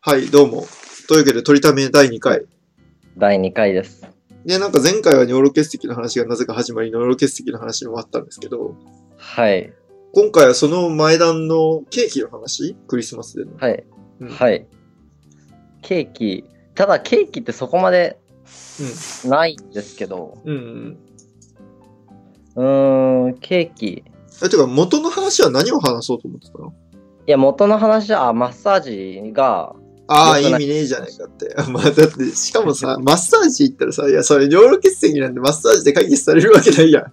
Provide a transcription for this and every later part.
はい、どうも。というわけで、取りため第2回。第2回です。で、なんか前回は尿路結石の話がなぜか始まり、尿路結石の話にもあったんですけど、はい。今回はその前段のケーキの話クリスマスでの。はい。うんはい。ケーキ。ただケーキってそこまでないんですけど。うんうん。うーん、ケーキ。いえ、てか、元の話は何を話そうと思ってたのや、元の話は、あマッサージが、ああ、意よくない味ねえじゃないかって。 あまあ、だって、しかも さ、マッサージ行ったらさ、いや、それ尿路結石なんてマッサージで解決されるわけないやん。い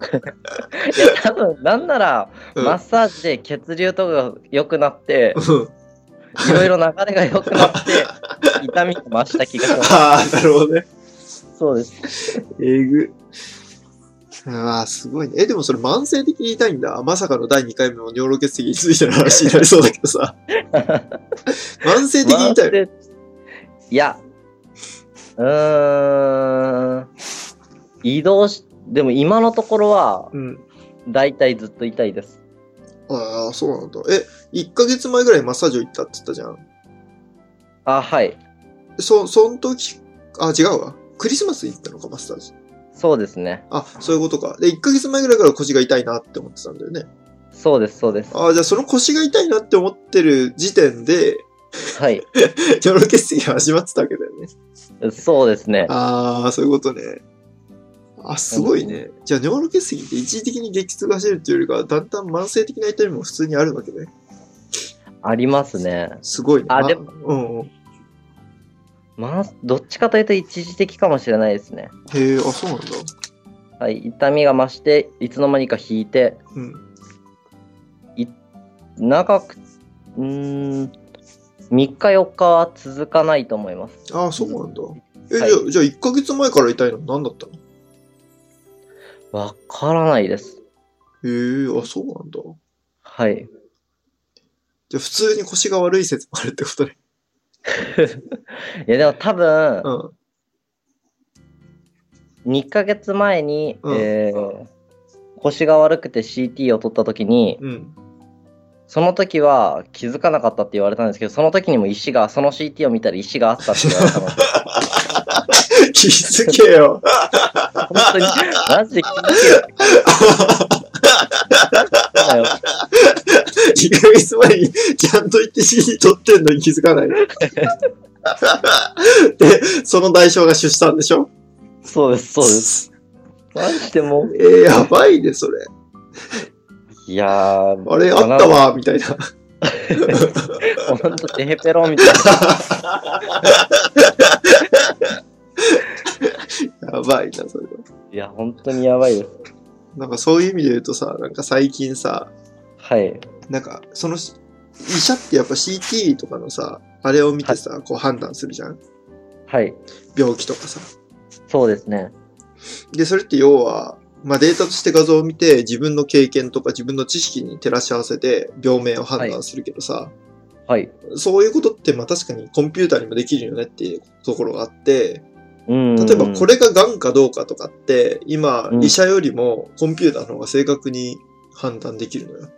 や、多分、なんなら、うんマッサージで血流とかが良くなって、うん。いろいろ流れが良くな って、痛みが増した気がします。ああ、なるほどね。そうです。えぐ。ああ、すごいね。え、でもそれ慢性的に痛いんだ。まさかの第2回目の尿路結石についての話になりそうだけどさ。慢性的に痛いよ。いいや、うーん、移動し、でも今のところは、うん。だいたいずっと痛いです。ああ、そうなんだ。え、1ヶ月前ぐらいマッサージを行ったって言ったじゃん。あ、はい。そ、その時、あ、違うわ。クリスマスに行ったのか、マッサージ。そうですね。あ、そういうことか。で、1ヶ月前ぐらいから腰が痛いなって思ってたんだよね。そうです、そうです。ああ、じゃあその腰が痛いなって思ってる時点で、 はい。尿路結石が始まってたわけだよね。そうですね。ああ、そういうことね。あ、すごいね。じゃあ、尿路結石って一時的に激痛が走るっていうよりかは、だんだん慢性的な痛みも普通にあるわけね。ありますね。すごいね。あまでもうんうん。まあ、どっちかというと一時的かもしれないですね。へえ、あ、そうなんだ。はい。痛みが増して、いつの間にか引いて、うん。長く、うーん、3日4日は続かないと思います。ああ、そうなんだ。え、はいじゃあ、じゃあ1ヶ月前から痛いの何だったのわからないです。へえ、あ、そうなんだ。はい。じゃあ、普通に腰が悪い説もあるってことね。いやでも多分う、ん。 2ヶ月前に、うんえー腰が悪くて CT を取った時に、うん。 その時は気づかなかったって言われたんですけど、その時にも石が、その CT を見たら石があったって言われ たので、気づけよ。本当に、マジで気づけよって言ったよ。 2ヶ月前にちゃんと言って CD 取ってんのに気づか ないの。で、その代償が出産でしょそうです、そうです。す。マジでもう、えー、やばいね、それ。いやー、あれ、あったわ、みたいな。 ほんと、テヘペロみたいな。やばいな、それは。いや、本当にやばいです。なんかそういう意味で言うとさ、なんか最近さ、はい。なんかその、医者ってやっぱ CT とかのさ、あれを見てさ、こう判断するじゃんはい。病気とかさ。そうですね。で、それって要は、まあ、データとして画像を見て、自分の経験とか自分の知識に照らし合わせて、病名を判断するけどさ、はい。そういうことって、まあ確かにコンピューターにもできるよねっていうところがあって、うん。例えばこれ。れが癌かどうかとかって、今う、ん医者よりもコンピューターの方が正確に判断できるのよ。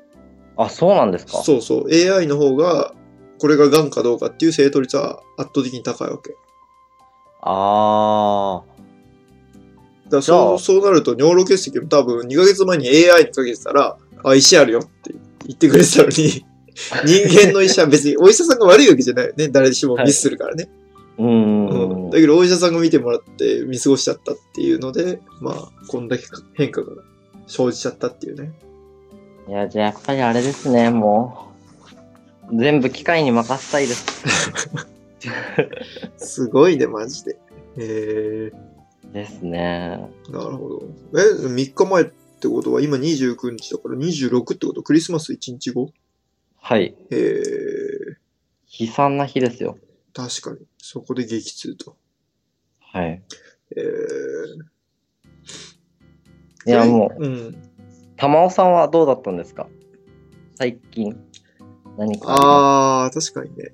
あ、そうなんですかそうそう。AI の方が、これが癌かどうかっていう正答率は圧倒的に高いわけ。あだからじそゃうあそうなると尿路結石も多分2ヶ月前に AI にかけてたら、あ、石あるよって言ってくれてたの に、人間の医者は別にお医者さんが悪いわけじゃないよね。誰しもミスするからね。ー。うんうん、だけどお医者さんが見てもらって見過ごしちゃったっていうので、まあ、こんだけ変化が生じちゃったっていうね。いや、じゃあやっぱりあれですね、もう。全部機械に任せたいです。すごいね、マジで。へえですね。なるほど。え、3日前ってことは今29日だから26ってことクリスマス1日後はい。へえ悲惨な日ですよ。確かに。そこで激痛と。はい。えーいや、もう、うん。玉尾さんはどうだったんですか最近、何かあああ、確かにね。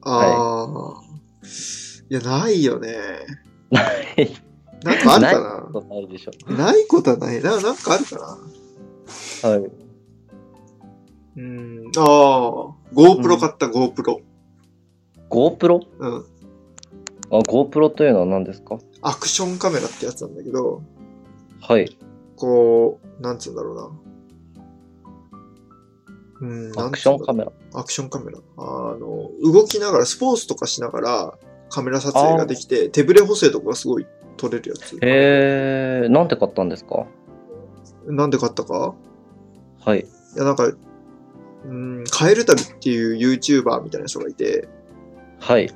ああー、い。や、ないよね。りなんかあるないかますないでしょ。なないことはない。ななんかあるかなはい。うん。ああ、GoPro 買った、GoPro。 GoPro? うん。あ、GoPro というのは何ですかアクションカメラってやつなんだけど、はい。こう、なんつうんだろうな。うん、なアんクつショうんンだカメラ。アクションカメラ。あの、動きながら、スポーツとかしながら、カメラ撮影ができて、手ブレ補正とかがすごい撮れるやつ。へえー、なんて買ったんですかなんで買ったかはい。いや、なんか、うん、カエル旅っていう YouTuber みたいな人がいて、はい。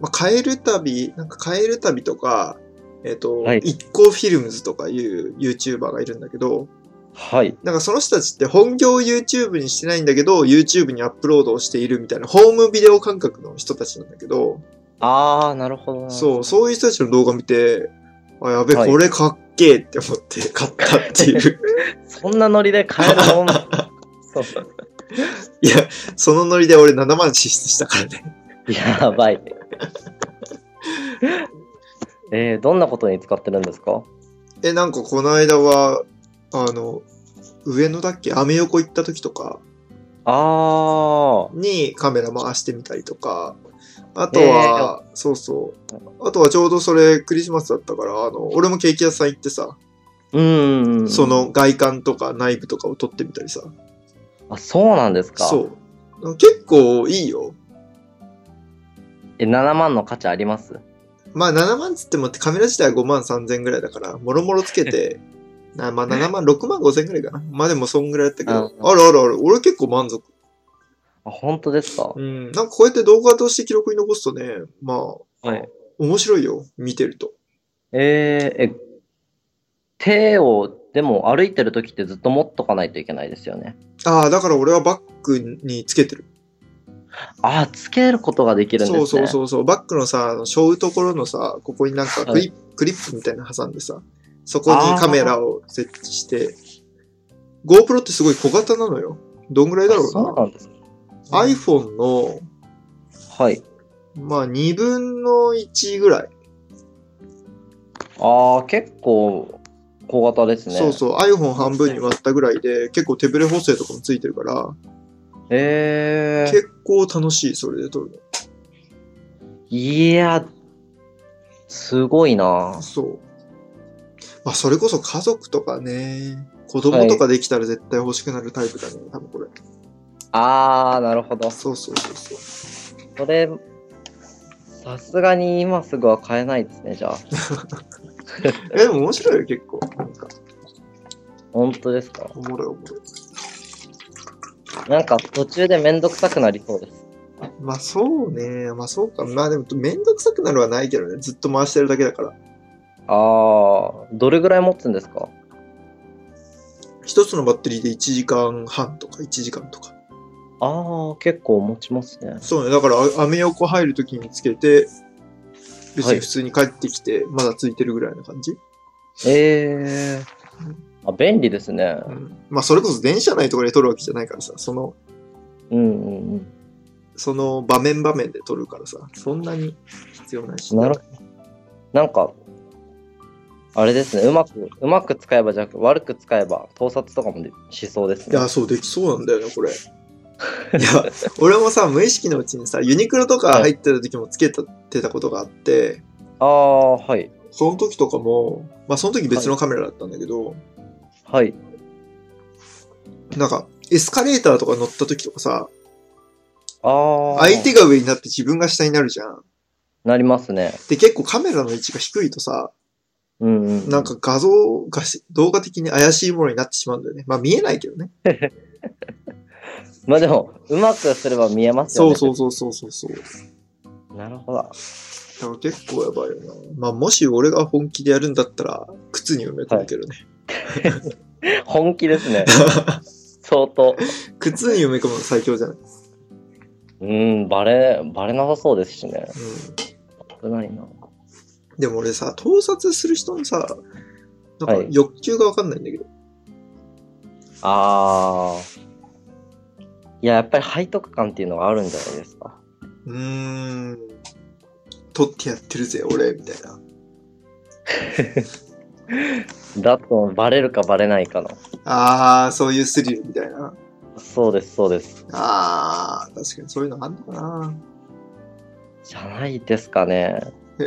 まあ、カエル旅、なんかカエル旅とか、えっ、と、はい一行フィルムズとかいう YouTuber がいるんだけど、はい。なんかその人たちって本業を YouTube にしてないんだけど、YouTube にアップロードをしているみたいな、ホームビデオ感覚の人たちなんだけど、あー、なるほどな。そう、そういう人たちの動画見て、あ、やべ、はいこれかっけえって思って買ったって いう。そんなノリで買えるもん そういや、そのノリで俺7万支出したからね。やばい。えー、どんなことに使ってるんですかえ、なんかこの間は、あの、上野だっけアメ横行った時とかあー、にカメラ回してみたりとか、あとえは、そうそう。あとはちょうどそれクリスマスだったから、あの、俺もケーキ屋さん行ってさ、うーん。その外観とか内部とかを撮ってみたりさ。あ、そうなんですか。そう。結構いいよ。え、7万の価値ありますまあ7万つってもカメラ自体は5万3千ぐらいだから、もろもろつけ て、なまあ7万、6万5千ぐらいかな。まあでもそんぐらいだったけど、うんあるあるある。俺結構満足。あ、本当ですかうん。なんかこうやって動画として記録に残すとね、まあ、はい。面白いよ。見てると。えー、え、手を、でも歩いてる時ってずっと持っとかないといけないですよね。ああ、だから俺はバッグにつけてる。あー、つけることができるんですそね。うそうう。そうそう。バッグのさ、あの背負うところのさ、ここになんかクはリ,、クリップみたいなの挟んでさ、そこにカメラを設置して、GoPro ってすごい小型なのよ。どんぐらいだろうそうな。なんですね iPhone の、はい。まあ、2分の1ぐらい。ああ、結構小型ですね。そうそう。iPhone 半分に割ったぐらいで、結構手ブレ補正とかもついてるから、ええ結構楽しい、それで撮るいや、すごいなの。。そう。まあ、それこそ家族とかね、子供とかできたら絶対欲しくなるタイプだね、多分これ。ああ、なるほど。そうそうそうそう。それ、さすがに今すぐは買えないですね、じゃあ。え、でも面白いよ、結構。なんか、本当ですか。おもろいおもろい。なんか途中でめんどくさくなりそうです。まあそうね、まあそうか。まあでも、めんどくさくなるはないけどね、ずっと回してるだけだから。ああ、どれぐらい持つんですか一つのバッテリーで1時間半とか1時間とか。ああ、結構持ちますね。そうね、だから、あアメ横入るときにつけて、別はにい普通に帰ってきて、まだついてるぐらいな感じ、ええあ、便利ですね。うん。まあそれこそ電車内とかで撮るわけじゃないからさ、その、うんうんうん。その場面場面で撮るからさ、そんなに必要ないし。なるほど。なんか、あれですね、うまく、うまく使えばじゃなく、悪く使えば、盗撮とかもでしそうですいね。や、そう、できそうなんだよね、 これ。いや、俺もさ、無意識のうちにさ、ユニクロとか入ってた時もつけたてたことがあって、ああ、はい。その時とかも、まあその時別のカメラだったんだけど、はい。なんか、エスカレーターとか乗った時とかさ、ああ。相手が上になって自分が下になるじゃん。なりますね。で、結構カメラの位置が低いとさ、うんうん。なんか画像がし、動画的に怪しいものになってしまうんだよね。まあ見えないけどね。まあでも、うまくすれば見えますよそうね。そうそうそうそうそう。う。なるほど。だから結構やばいよな。まあもし俺が本気でやるんだったら、靴に埋め込むけどね。本気です ね。相当。靴に埋め込むの最強じゃない、ううん、バレ、バレなさそうですしね。ん、危ないな。でも俺さ、盗撮する人のさ、なんはかい欲求がわかんないんだけど。ああ。いや、やっぱり背徳感っていうのがあるんじゃないですか。うーん。撮ってやってるぜ、俺、みたいな。だと、バレるかバレないかの。あー、そういうスリルみたいな。そうです、そうです。あー、確かにそういうのあんのかな。じゃないですかね。へ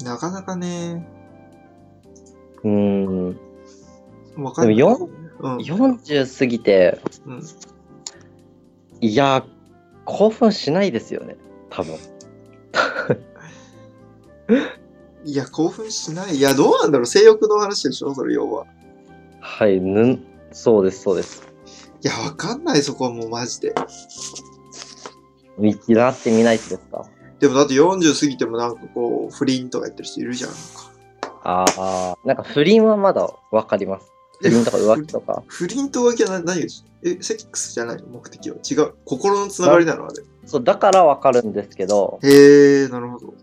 え。なかなかね、うん。わかんない。でもようん。 40過ぎて、うんいや、興奮しないですよね。多分。いや、興奮しない。いや、どうなんだろう。性欲の話でしょそれ、要は。はい、ぬん、そうです、そうです。いや、わかんない、そこはもうマジで。なってみないとですか。でもだって40過ぎてもなんかこう、不倫とかやってる人いるじゃん。ああ、なんか不倫はまだわかります。不倫とか浮気とか。不倫と浮気は何何がえ、セックスじゃないの目的は。違う。心のつながりなのあれ。そう、だからわかるんですけど、へえ、なるほど。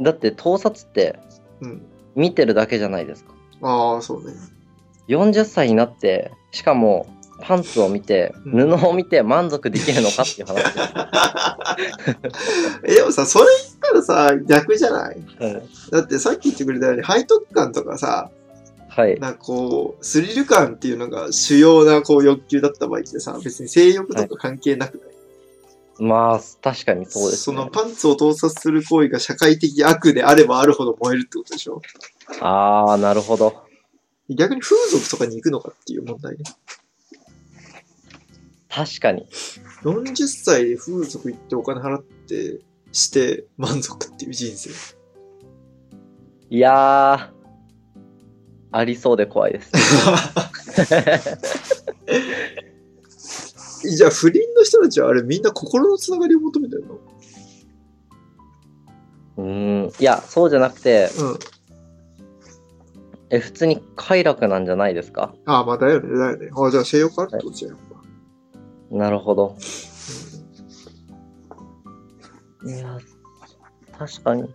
だって盗撮ってうん。見てるだけじゃないですか。ああ、そうね。 40歳になって、しかもパンツを見て、うん布を見て満足できるのかっていう話です。え、でもさ、それ言ったらさ、逆じゃないうんだってさっき言ってくれたように、背徳感とかさ、はい。なんかこう、スリル感っていうのが主要なこう欲求だった場合ってさ、別に性欲とか関係なくない、まあ、確かにそうです、そね。のパンツを盗撮する行為が社会的悪であればあるほど燃えるってことでしょああ、なるほど。逆に風俗とかに行くのかっていう問題ね。確かに。 40歳で風俗行ってお金払ってして満足っていう人 生。いやー、ありそうで怖 いです。じゃあ不倫の人たちはあれみんな心のつながりを求めてるのうーん。いや、そうじゃなくて、うん。え、普通に快楽なんじゃないですかああ、まあだよね、だよね。ああ、じゃあ性欲あるってことじゃん。なるほど。いや、確かに。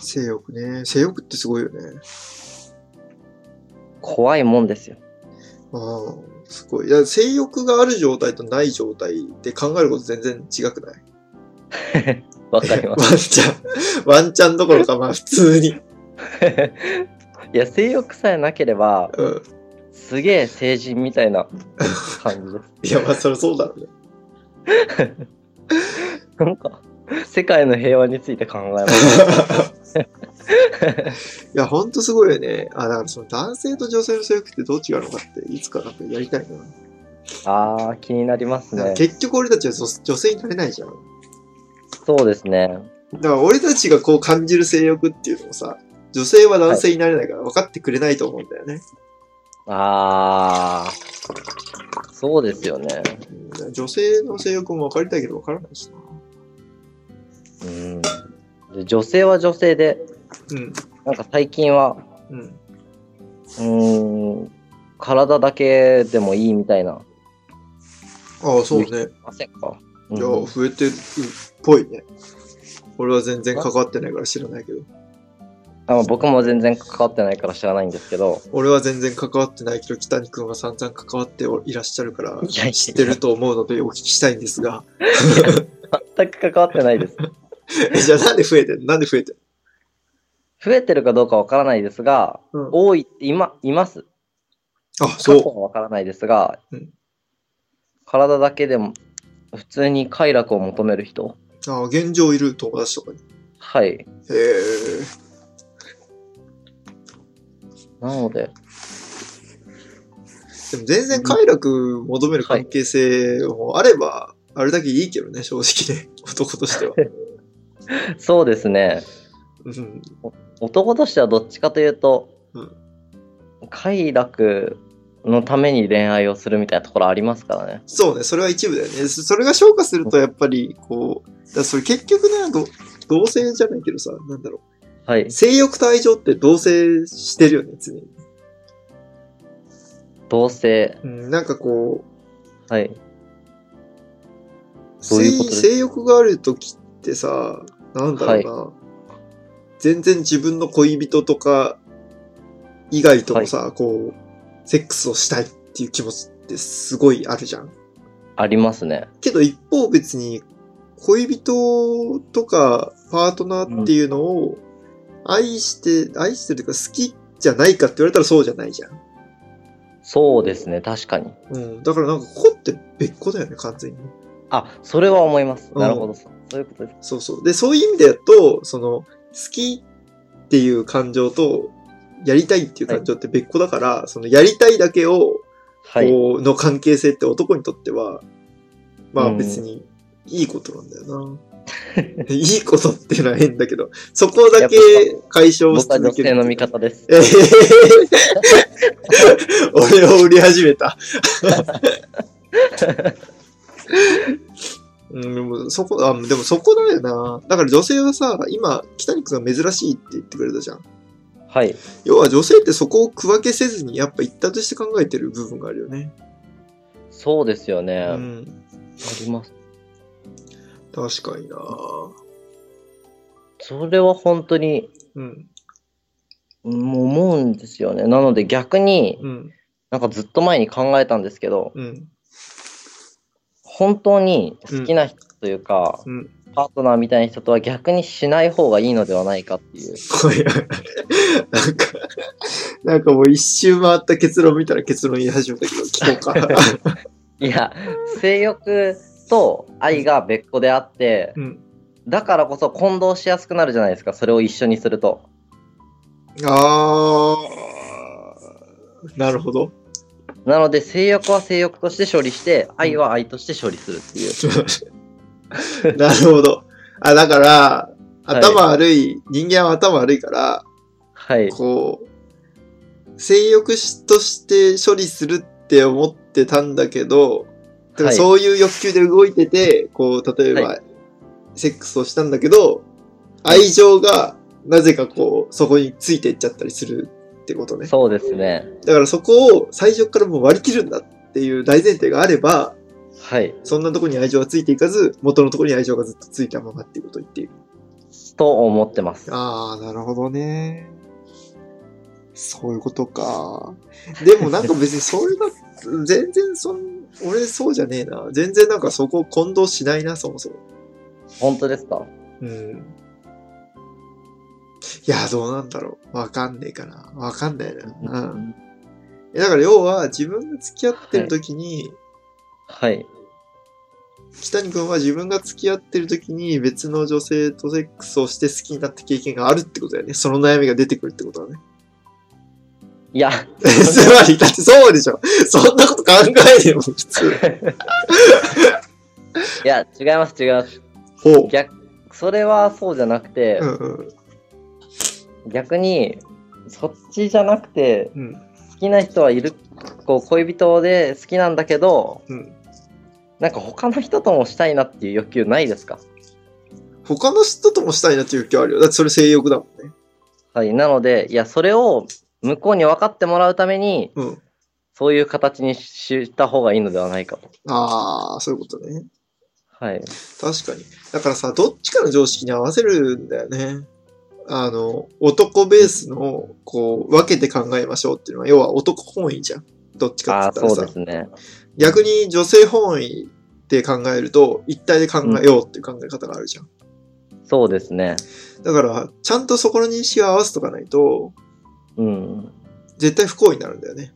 性欲ね。性欲ってすごいよね。怖いもんですよ。ああ、すごい。いや性欲がある状態とない状態で考えること全然違く ないわかりま ワンチャン、ワンチャンどころか、まあ普通に。す。いや、性欲さえなければ、うん。すげえ成人みたいな感じでいや、まあそれそうだろうね。す。なんか、世界の平和について考えます。いや、ほんとすごいよね。あ、だからその男性と女性の性欲ってどう違うのかって、いつかなんかやりたいな。あー、気になりますだからね。結局俺たちは女女性になれないじゃん。そうですね。だから俺たちがこう感じる性欲っていうのもさ、女性は男性になれないから分かってくれないと思うんだよね。あー、そうですよね。うん女性の性欲も分かりたいけど分からないしな。うん。で女性は女性で、うん。なんか最近は、うん。うーん、体だけでもいいみたいな。ああ、そうね。ませんか。いうんや、増えてるっぽいね。俺は全然関わってないから知らないけど。あまあ僕も全然関わってないから知らないんですけど、俺は全然関わってないけど、北谷君は散々関わっていらっしゃるから、いやいや知ってると思うのでお聞きしたいんですが。 全く関わってないです。えじゃあなんで増えてんのなんで増えてん増えてるかどうかわからないですが、の、うん、多い、今、います。あ、過そう去。はわからないですが、うん体だけでも、普通に快楽を求める人あ現状いる友達とかに。はい。へえ。なので、でも全然快楽求める関係性もあれば、あれだけいいけどね、正直ね。 男と しては。そうですね。うん。男としてはどっちかというと、うん快楽のために恋愛をするみたいなところありますからね。そうね、それは一部だよね。そそれが消化すると、やっぱり、こう、だからそれ結局ね、ど同性じゃないけどさ、なんだろ。。はいう性欲と愛情って同性してるよね、常に。同性。うん、なんかこう、はい。どう性いうことですか性欲がある時ってさ、なんだろうな、全然自分の恋人とか以外ともさ、こう、セックスをしたいっていう気持ちってすごいあるじゃん。ありますね。けど一方別に恋人とかパートナーっていうのを愛して、愛してるというか好きじゃないかって言われたらそうじゃないじゃん。そうですね、確かに。うん。だからなんかここって別個だよね、完全に。あ、それは思います。うんなるほど。そそういうことです。そうそう。で、そういう意味でやと、その、好きっていう感情と、やりたいっていう感情って別個だから、その、やりたいだけを、はい。こう、の関係性って男にとっては、まうあん別に、いいことなんだ よな。いいことっていうのは変だけど、そこだけ解消し僕は続女け性る。の味方です。えへへへ 俺を売り始めた。うん、でもそこあでもそこだよな。だから女性はさ、今、北に君が珍しいって言ってくれたじゃん。はい。要は女性ってそこを区分けせずに、やっぱ一旦として考えてる部分があるよね。そうですよね。うあん。ります。確かにな。それは本当に、うん。もう思うんですよね。なので逆に、うん。なんかずっと前に考えたんですけど、うん。本当に好きな人というか、うん。パートナーみたいな人とは逆にしない方がいいのではないかっていう。これ、なんか、なんかもう一周回った結論見たら結論言い始めたけど、聞こうか。 いや、性欲と愛が別個であって、うん。だからこそ混同しやすくなるじゃないですか、それを一緒にすると。あー、なるほど。なので、性欲は性欲として処理して、愛は愛として処理するっていう。なるほど。あ、だから、はい頭悪い、人間は頭悪いから、はい。こう、性欲として処理するって思ってたんだけど、だからはいそういう欲求で動いてて、こう、例えば、はセックスをしたんだけど、愛情が、なぜかこう、そこについていっちゃったりするってことね。そうですね。だからそこを最初からもう割り切るんだっていう大前提があれば、はい。そんなとこに愛情はついていかず、元のとこに愛情がずっとついたままっていうことを言っている。と思ってます。ああ、なるほどね。そういうことか。でもなんか別にそれが、全然そん、俺そうじゃねえな。全然なんかそこ混同しないな、そもそも。本当ですかうん。いや、どうなんだろう。わかんねえかな。わかんないな。うん。えだから要は自分が付き合ってる時に、はい。北谷君は自分が付き合ってる時に別の女性とセックスをして好きになった経験があるってことだよね。その悩みが出てくるってことだ ね。いや、つまり、だってそうでしょ。そんなこと考えねえもん、普通。いや、違います、違います。ほう。逆、それはそうじゃなくて、うんうん逆に、そっちじゃなくて、うん好きな人はいる、こう、恋人で好きなんだけど、うん。なんか他の人ともしたいなっていう欲求ないですか他の人ともしたいなっていう気はあるよ。だってそれ性欲だもんね。はい。なので、いや、それを向こうに分かってもらうために、うん。そういう形にした方がいいのではないかと。ああ、そういうことね。はい。確かに。だからさ、どっちかの常識に合わせるんだよね。あの、男ベースの、こう、分けて考えましょうっていうのは、要は男本位じゃん。どっちあかあ、って言ったらそうさで。すね。逆に女性本位で考えると一体で考えようっていう考え方があるじゃん。そうですね。だから、ちゃんとそこの認識を合わせとかないと、うん。絶対不幸になるんだよね。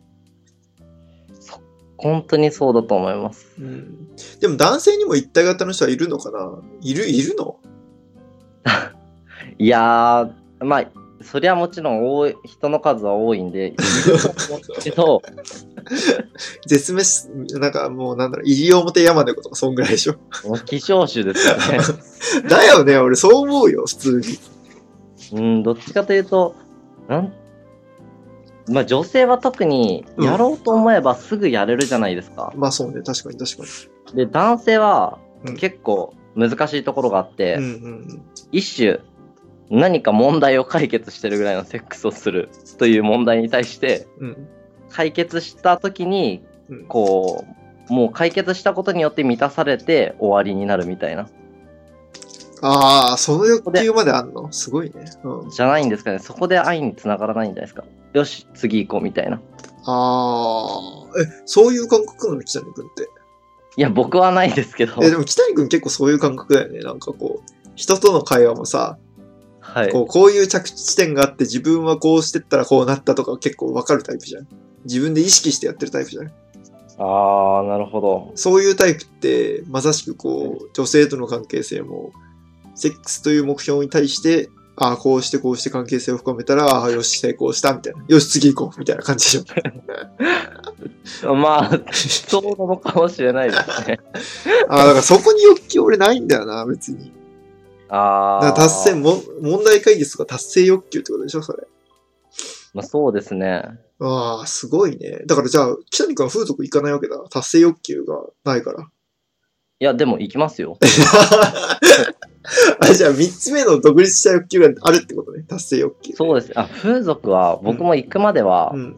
本当にそうだと思います。うん。でも男性にも一体型の人はいるのかないる、いるのいやー、まあ、そりゃもちろん多い、人の数は多いんで、けど、 絶滅し、なんかもうなんだろう、入り表山猫とかそんぐらいでしょ。 もう希少種ですよね。だよね、俺そう思うよ、普通に。 うん、どっちかというと、なんまあ女性は特にうんやろうと思えばすぐやれるじゃないですか。まあそうね、確かに確かで、男性はうん結構難しいところがあっに。て、うんうん一種何か問題を解決してるぐらいのセックスをするという問題に対して、うん。うん。解決した時に、うんこう、もう解決したことによって満たされて終わりになるみたいな。ああ、その欲求まであんのすごいね。うん。じゃないんですかね。そこで愛につながらないんじゃないですか。よし、次行こうみたいな。ああ、え、そういう感覚なの、北谷君って。いや、僕はないですけど。え、でも北谷君結構そういう感覚だよね。なんかこう、人との会話もさ、はい。こうこういう着地点があって自分はこうしてったらこうなったとか結構わかるタイプじゃん。自分で意識してやってるタイプじゃん。ああ、なるほど。そういうタイプって、まさしくこう、女性との関係性も、セックスという目標に対して、ああ、こうしてこうして関係性を深めたら、ああ、よし、成功した、みたいな。よし、次行こう、みたいな感じ でしょ。 まあ、そうなのかもしれないですね。ああ、だからそこに欲求俺ないんだよな、別に。あだあ。から達成も、問題解決とか達成欲求ってことでしょ、それ。まあ、そうですね。ああ、すごいね。だからじゃあ、北見君は風俗行かないわけだ。達成欲求がないから。 いや、でも行きます よ。あ、じゃあ、三つ目の独立した欲求があるってことね。達成欲求。そうです。あ、風俗は、僕も行くまでは、うん。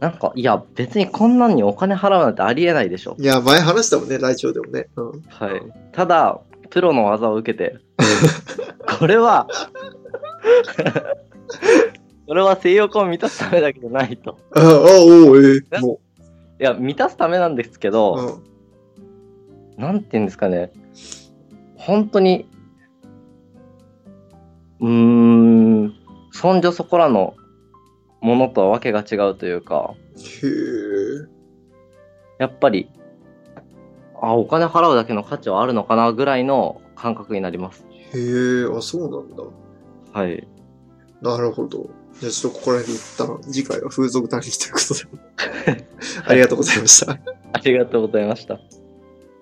なんか、いや、別にこんなんにお金払うなんてありえないでしょ。いや、前話したもんね、ラジオでもね。うん。 はい。ただ、プロの技を受け て、これは、 これは性欲を満たすためだけじゃないと。ああ、おおえええもいや、満たすためなんですけう。ど、うん。なんて言うんですかね。本当に、うーん、そんじょそこらのものとはわけが違うというか、へえ。やっぱり、あ、お金払うだけの価値はあるのかなぐらいの感覚になります。へえ、あ、そうなんだ。はい。なるほど。じゃあ、ちょっとここら辺で一旦、 次回は風俗談義ということで。ありがとうございました。ありがとうございました。